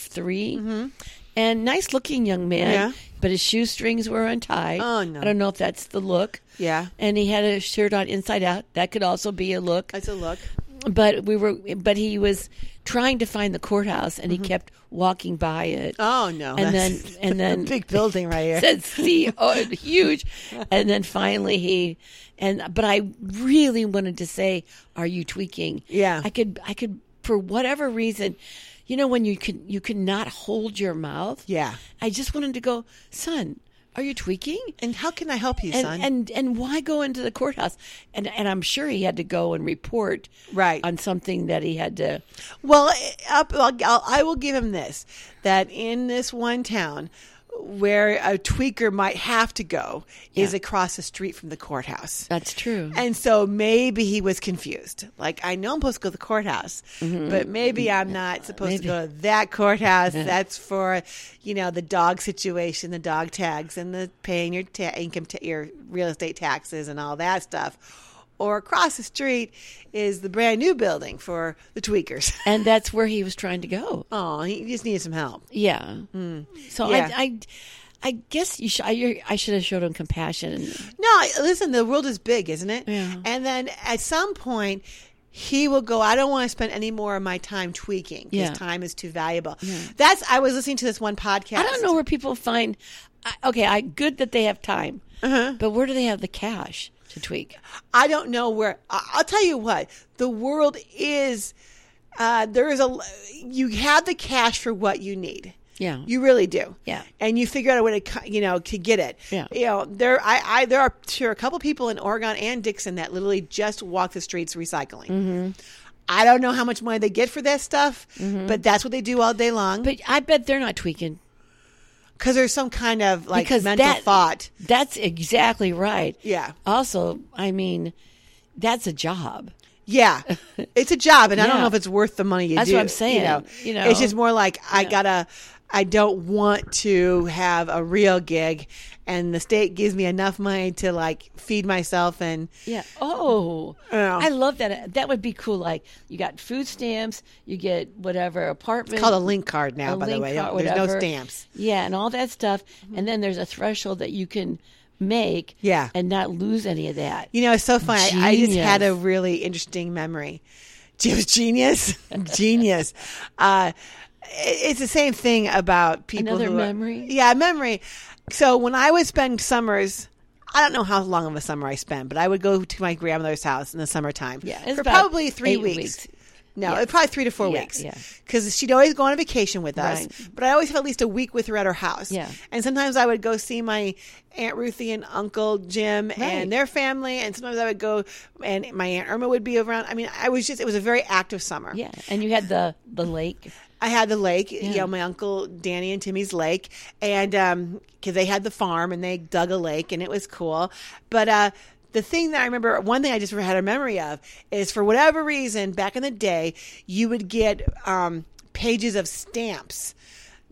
and nice looking young man. Mm-hmm. Yeah. But his shoestrings were untied. Oh, no. I don't know if that's the look Yeah. and he had a shirt on inside out. That could also be a look. that's a look. But we were, but he was trying to find the courthouse, and he kept walking by it. Mm-hmm. Oh no! and then that's- and then big building right here. said, "See, oh, it's huge!" And then finally he, and but I really wanted to say, "Are you tweaking?" Yeah. I could, I could, for whatever reason, you know, when you can, you cannot hold your mouth. Yeah. I just wanted to go, son. Are you tweaking? And how can I help you, And, son? and and why go into the courthouse? And and I'm sure he had to go and report Right. on something that he had to. Well, up, I'll, I'll, I will give him this that in this one town where a tweaker might have to go is Yeah. across the street from the courthouse. That's true. And so maybe he was confused. Like, I know I'm supposed to go to the courthouse, but maybe I'm not supposed to Maybe. go to that courthouse. That's for, you know, the dog situation, the dog tags, and the paying your ta- income, ta- your real estate taxes, and all that stuff. Or across the street is the brand new building for the tweakers. and that's where he was trying to go. Oh, he just needed some help. Yeah. So Yeah. I, I, I guess you should. I, you- I should have showed him compassion. No, I- listen, the world is big, isn't it? Yeah. And then at some point, he will go, I don't want to spend any more of my time tweaking. Yeah. His time is too valuable. That's, I was listening to this one podcast. I don't know where people find. I, okay, I good that they have time, Uh-huh. but where do they have the cash to tweak? I don't know where, I- I'll tell you what, the world is, uh, there is a, you have the cash for what you need. Yeah. You really do. Yeah. And you figure out a way to, co- you know, to get it. Yeah. You know, there, I, I, there are sure a couple people in Oregon and Dixon that literally just walk the streets recycling. Mm-hmm. I don't know how much money they get for that stuff, but that's what they do all day long. but I bet they're not tweaking. Because there's some kind of like Because mental that- thought. That's exactly right. Yeah. Also, I mean, that's a job. Yeah, it's a job, and I don't Yeah. know if it's worth the money you That's do. what I'm saying, You know, you know. it's just more like I gotta. I don't want to have a real gig, and the state gives me enough money to like feed myself and Yeah. Oh, Yeah. I love that. That would be cool. Like you got food stamps, you get whatever apartment. called a link card now. a by the link way, card, there's no whatever. stamps. Mm-hmm. Yeah, and all that stuff. And then there's a threshold that you can make. Yeah. And not lose any of that. You know, it's so funny. I- I just had a Genius. really interesting memory. It was genius, genius. Uh, it- it's the same thing about people. Another who are- memory? yeah, memory. So when I would spend summers. I don't know how long of a summer I spent, but I would go to my grandmother's house in the summertime Yeah, it's for about probably three eight weeks. weeks. No, it probably three to four Yeah, weeks. yeah. Because she'd always go on a vacation with us, Right. but I always have at least a week with her at her house. Yeah. And sometimes I would go see my Aunt Ruthie and Uncle Jim Right. and their family. And sometimes I would go and my Aunt Irma would be around. I mean, I was just, it was a very active summer. Yeah. And you had the the lake. I had the lake, you know, my Uncle Danny and Timmy's lake. And because they had the farm and they dug a lake and it was cool. But, uh, the thing that I remember, one thing I just had a memory of is for whatever reason, back in the day, you would get um, pages of stamps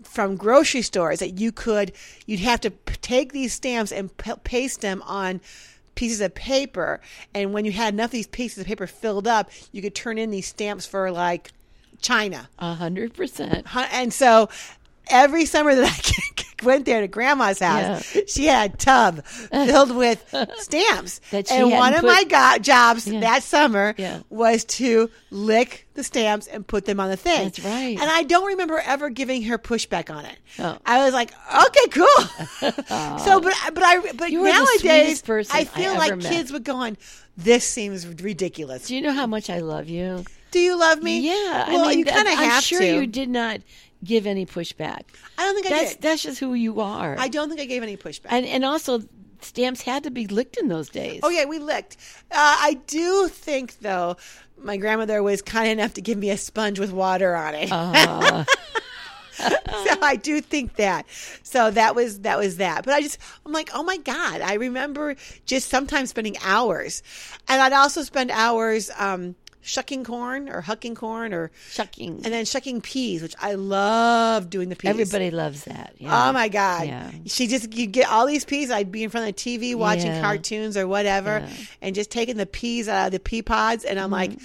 from grocery stores that you could you'd have to p- take these stamps and p- paste them on pieces of paper and when you had enough of these pieces of paper filled up you could turn in these stamps for like china A hundred percent. Hun- and so every summer that I went there to grandma's house, she had a tub filled with stamps. That she and one hadn't of put- my go- jobs that summer Yeah. was to lick the stamps and put them on the thing. That's right. And I don't remember ever giving her pushback on it. Oh. I was like, okay, cool. so, but but I but You were the nowadays sweetest person I I feel ever like met. kids would go on. This seems ridiculous. Do you know how much I love you? Do you love me? Yeah. Well, I mean, you that- kind of I'm have sure to. you did not give any pushback. I don't think I That's did. that's just who you are. I don't think I gave any pushback. and and also stamps had to be licked in those days. oh yeah, we licked. Uh, I do think though, my grandmother was kind enough to give me a sponge with water on it. Uh-huh. so I do think that. So that was that was that. But I just I'm like, oh my god, I remember just sometimes spending hours, and I'd also spend hours um, shucking corn or hucking corn or Shocking. and then shucking peas, which I love doing the peas. Everybody loves that. yeah. Oh my God. Um, Yeah. She just, you get all these peas. I'd be in front of the TV watching Yeah. cartoons or whatever Yeah. Mm-hmm. and just taking the peas out of the pea pods. And I'm like, and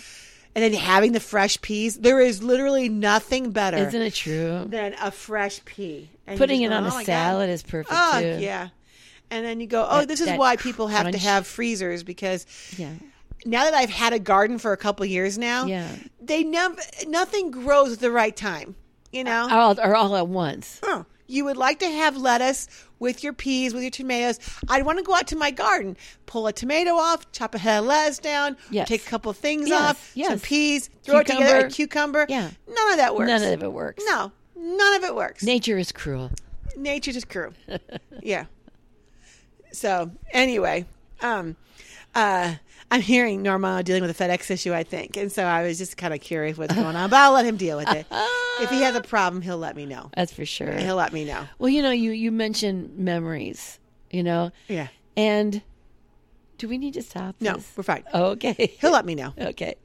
then having the fresh peas. There is literally nothing better Isn't it true? than a fresh pea. And Putting you it just on go, a "Oh my God." salad is perfect Oh, too. yeah. And then you go, oh, That- this is that why people have to crunch. have freezers because Yeah. now that I've had a garden for a couple years now, Yeah. they never, nothing grows at the right time. You know? All, or all at once. Huh. You would like to have lettuce with your peas, with your tomatoes. I'd want to go out to my garden, pull a tomato off, chop a head of lettuce down, Yes. take a couple of things Yes, off, some yes. peas, throw it together, a cucumber. Yeah. None of that works. None of it works. No, none of it works. Nature is cruel. Nature just grew. yeah. So anyway, um, uh, I'm hearing Normando dealing with a FedEx issue, I think, and so I was just kind of curious what's going on, but I'll let him deal with it. if he has a problem, he'll let me know. That's for sure. He'll let me know. Well, you know, you you mentioned memories, you know, Yeah. and do we need to stop? No, this? we're fine. Okay. He'll let me know. okay.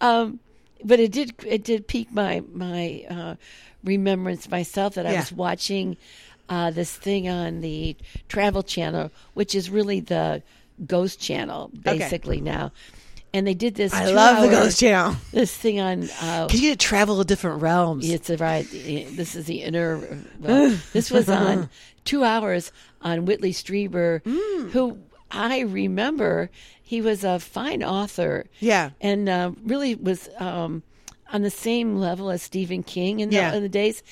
Um, but it did it did pique my my uh, remembrance myself that I Yeah. was watching uh, this thing on the Travel Channel, which is really the Ghost Channel basically now, and they did this. I love the two-hour- Ghost Channel. This thing on. Uh, Because you get to travel to different realms. it's a right. This is the inner. uh, Well, this was on two hours on Whitley Strieber, Mm. who I remember he was a fine author. Yeah. and uh, really was um, on the same level as Stephen King in the, Yeah. in the days.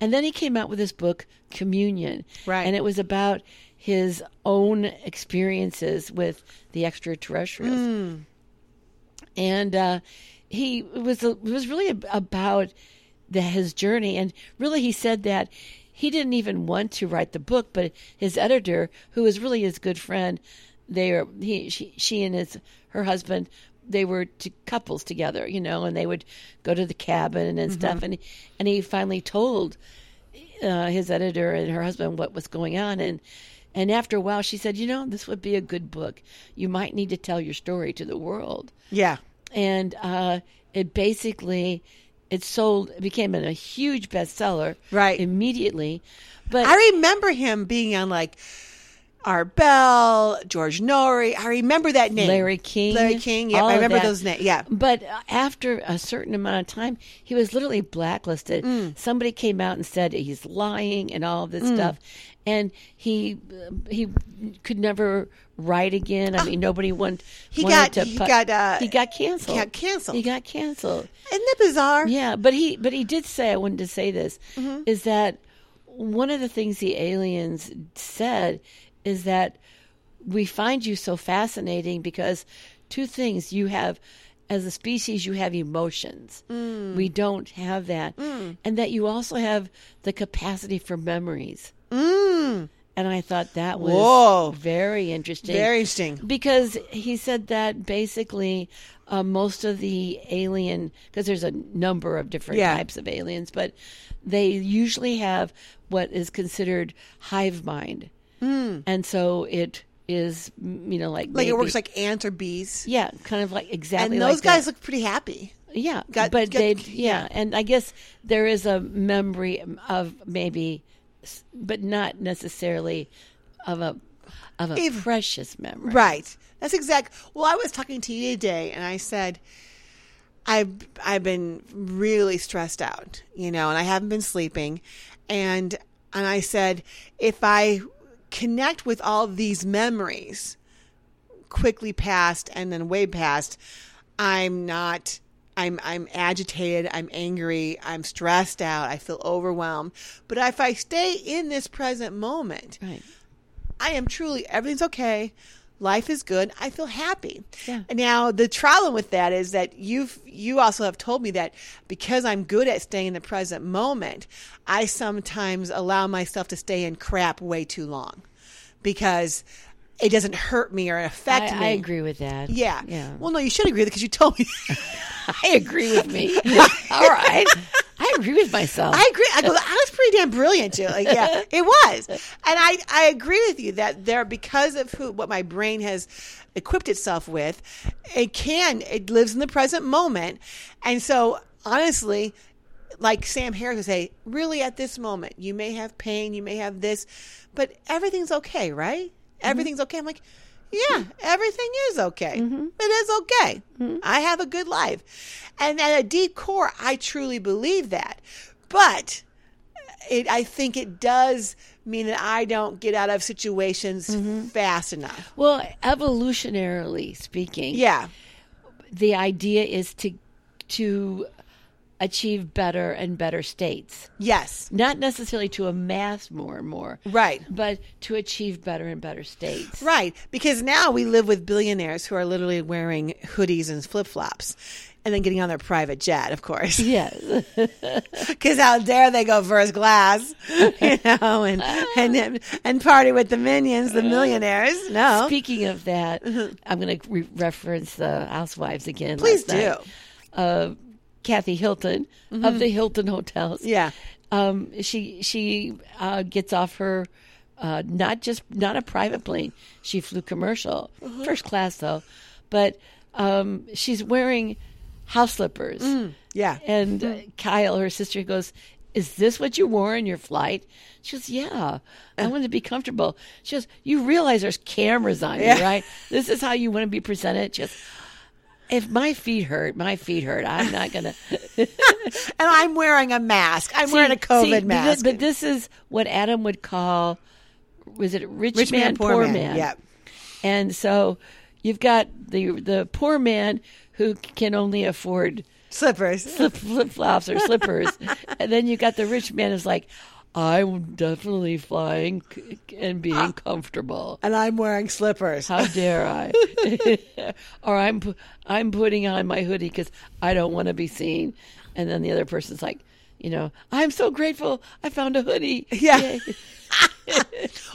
And then he came out with this book, Communion, Right. And it was about his own experiences with the extraterrestrials and uh, he it was it was really ab- about the, his journey, and really he said that he didn't even want to write the book, but his editor, who is really his good friend, they are he she, she and his her husband they were t- couples together, you know, and they would go to the cabin and stuff, and and he finally told uh, his editor and her husband what was going on and and after a while she said you know this would be a good book you might need to tell your story to the world Yeah. and uh, it basically it sold it became a huge bestseller Right. immediately but I remember him being on like Arbel, George Norrie. I remember that name. Larry King Larry King. Yeah, all I of remember that. those names. Yeah. but after a certain amount of time he was literally blacklisted Mm. somebody came out and said he's lying and all this stuff and he uh, he could never write again i mean nobody want, Ah. He wanted got- to he pu- got, uh, he got canceled got canceled. he got canceled Isn't that bizarre? Yeah, but he but he did say I wanted to say this is that one of the things the aliens said is that we find you so fascinating because two things you have as a species you have emotions we don't have that and that you also have the capacity for memories mm. and i thought that was Whoa. very interesting Very interesting. because he said that basically uh, most of the alien, because there's a number of different Yeah. types of aliens, but they usually have what is considered hive mind. Mm. And so it is, m- you know, like. Hmm. Like maybe- it works like ants or bees. Yeah, kind of like And exactly those like guys that. look pretty happy. Yeah, got- but got- they. Yeah, and I guess there is a memory of maybe, s- but not necessarily of a. Of a If- precious memory, Right. That's exact. Well, I was talking to you today, and I said, I've I've been really stressed out, you know, and I haven't been sleeping, and and I said, if I connect with all these memories, quickly past and then way past, I'm not. I'm I'm agitated. I'm angry. I'm stressed out. I feel overwhelmed. But if I stay in this present moment, right. I am truly everything's okay. Life is good. I feel happy. Yeah. Now the problem with that is that you've you also have told me that because I'm good at staying in the present moment, I sometimes allow myself to stay in crap way too long because it doesn't hurt me or affect I, me. I agree with that. Yeah. Yeah. Well, no, you should agree because you told me. I agree with me. All right. I agree with myself. I agree. I go, I was pretty damn brilliant, too. Like, yeah, it was. And I, I agree with you that there, because of who, what my brain has equipped itself with, it can, it lives in the present moment. And so, honestly, like Sam Harris would say, really at this moment, you may have pain, you may have this, but everything's okay, right? Everything's okay. I'm like, yeah, everything is okay. It is okay. I have a good life. And at a deep core, I truly believe that. But it, I think it does mean that I don't get out of situations fast enough. well, evolutionarily speaking, Yeah. the idea is to to achieve better and better states. Yes. Not necessarily to amass more and more. Right. But to achieve better and better states. Right. Because now we live with billionaires who are literally wearing hoodies and flip flops. and then getting on their private jet, of course. Yes. Because how dare they go first class, you know, and and and party with the minions, the millionaires? No, Speaking of that, I'm going to re- reference the Housewives again. Mm-hmm. please last night. do. Mm-hmm. Uh, Kathy Hilton of the Hilton Hotels. Yeah, Um, she she uh, gets off her uh, not just not a private plane. She flew commercial, first class though, but um, she's wearing house slippers. yeah. And uh, Kyle, her sister, goes, Is this what you wore in your flight? She goes, Yeah, I wanted to be comfortable. She goes, You realize there's cameras on Yeah. you, right? This is how you want to be presented. She goes, If my feet hurt, my feet hurt. I'm not going to. And I'm wearing a mask. I'm wearing a COVID mask. But this is what Adam would call, was it rich, Rich man, poor, man? Yeah, And so you've got the the poor man who can only afford slippers. flip flip flops or slippers, and then you got the rich man who's like, I'm definitely flying c- and Ah. being comfortable. And I'm wearing slippers. How dare I? or I'm pu- I'm putting on my hoodie because I don't want to be seen. And then the other person's like, you know, I'm so grateful I found a hoodie. Yeah. Yay."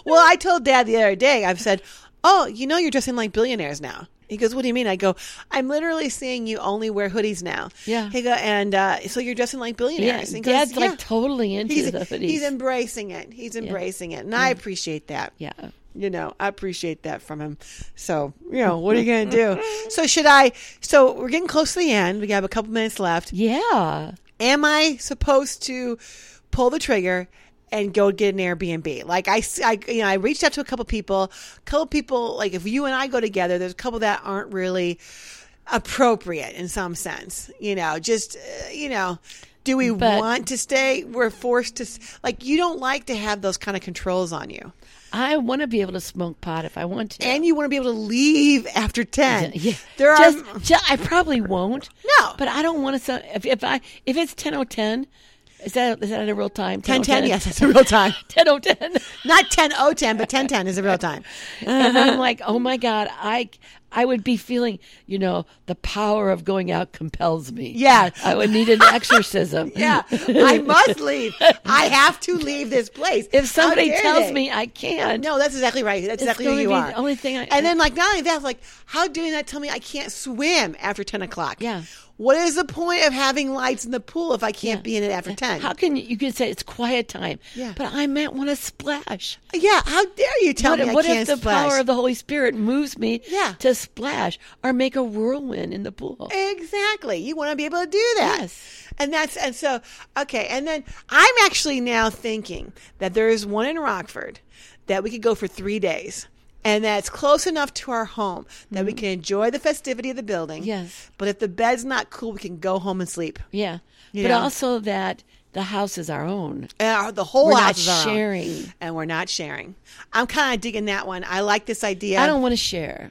Well, I told Dad the other day, I've said, Oh, you know, you're dressing like billionaires now. He goes, What do you mean? I go, I'm literally seeing you only wear hoodies now. Yeah. He go, And uh, so you're dressing like yeah. billionaires. He goes, Dad's "Yeah." like totally into he's, the hoodies. he's embracing it. He's embracing it. And I appreciate that. yeah. You know, I appreciate that from him. So, you know, what are you going to do? So, should I? So, we're getting close to the end. We have a couple minutes left. Yeah. Am I supposed to pull the trigger and go get an Airbnb? Like I, s- I- you know, I reached out to a couple people. A couple people, like if you and I go together, there's a couple that aren't really appropriate in some sense. You know, just uh, you know, do we But- want to stay? We're forced to. s- Like you don't like to have those kind of controls on you, I want to be able to smoke pot if I want to. and you want to be able to leave after ten. Yeah, there just, are. ju- I probably won't. No. but I don't want to. Sound, if, if I if it's ten o ten, is that is that a real time? 10 10, yes, that's a real time. ten o ten. Not 10 0 10, but 10 10 is a real time. And I'm like, oh my god, I I would be feeling, you know, the power of going out compels me. Yeah. I would need an exorcism. Yeah, I must leave. I have to leave this place. if somebody How dare tells they? me I can't, no, that's exactly right. That's exactly who gonna you be are. the only thing I- and then, like, not only that, like, how dare they not tell me I can't swim after ten o'clock? Yeah. What is the point of having lights in the pool if I can't be in it after ten? how can you, you can say it's quiet time? Yeah. but I might want to splash. yeah. How dare you tell What, me what I can't if the splash? power of the Holy Spirit moves me Yeah. Eh. to splash or make a whirlwind in the pool? Exactly. You want to be able to do that. Yes. And that's and so okay, and then I'm actually now thinking that there is one in Rockford that we could go for 3 days. And that's close enough to our home that we can enjoy the festivity of the building. Mm-hmm. Yes. But if the bed's not cool, we can go home and sleep. Yeah. You but know? also that the house is our own. And our, Uh, the whole We're not house is our own. sharing. and we're not sharing. I'm kind of digging that one. I like this idea. I don't want to share.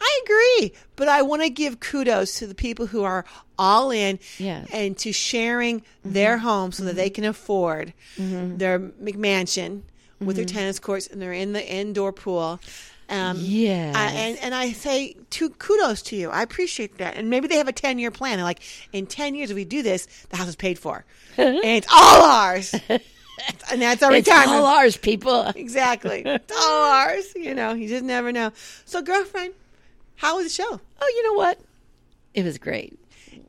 I agree, but I want to give kudos to the people who are all in Yes. Mm-hmm. and to sharing their home so that they can afford their McMansion with Mm-hmm. their tennis courts and they're in the indoor pool. Um, Yes. I- and and I say to kudos to you. I appreciate that. And maybe they have a ten year plan. They're like, in ten years, if we do this, the house is paid for, and it's all ours. and that's our It's retirement all ours, people. Exactly. It's all ours. You know, you just never know. So, girlfriend, how was the show? Oh, you know what? It was great.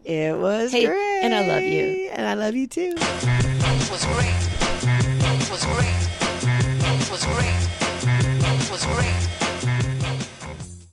It was Hey, and I love you. great. And I love you too. was great. Was great. Was great. Was great.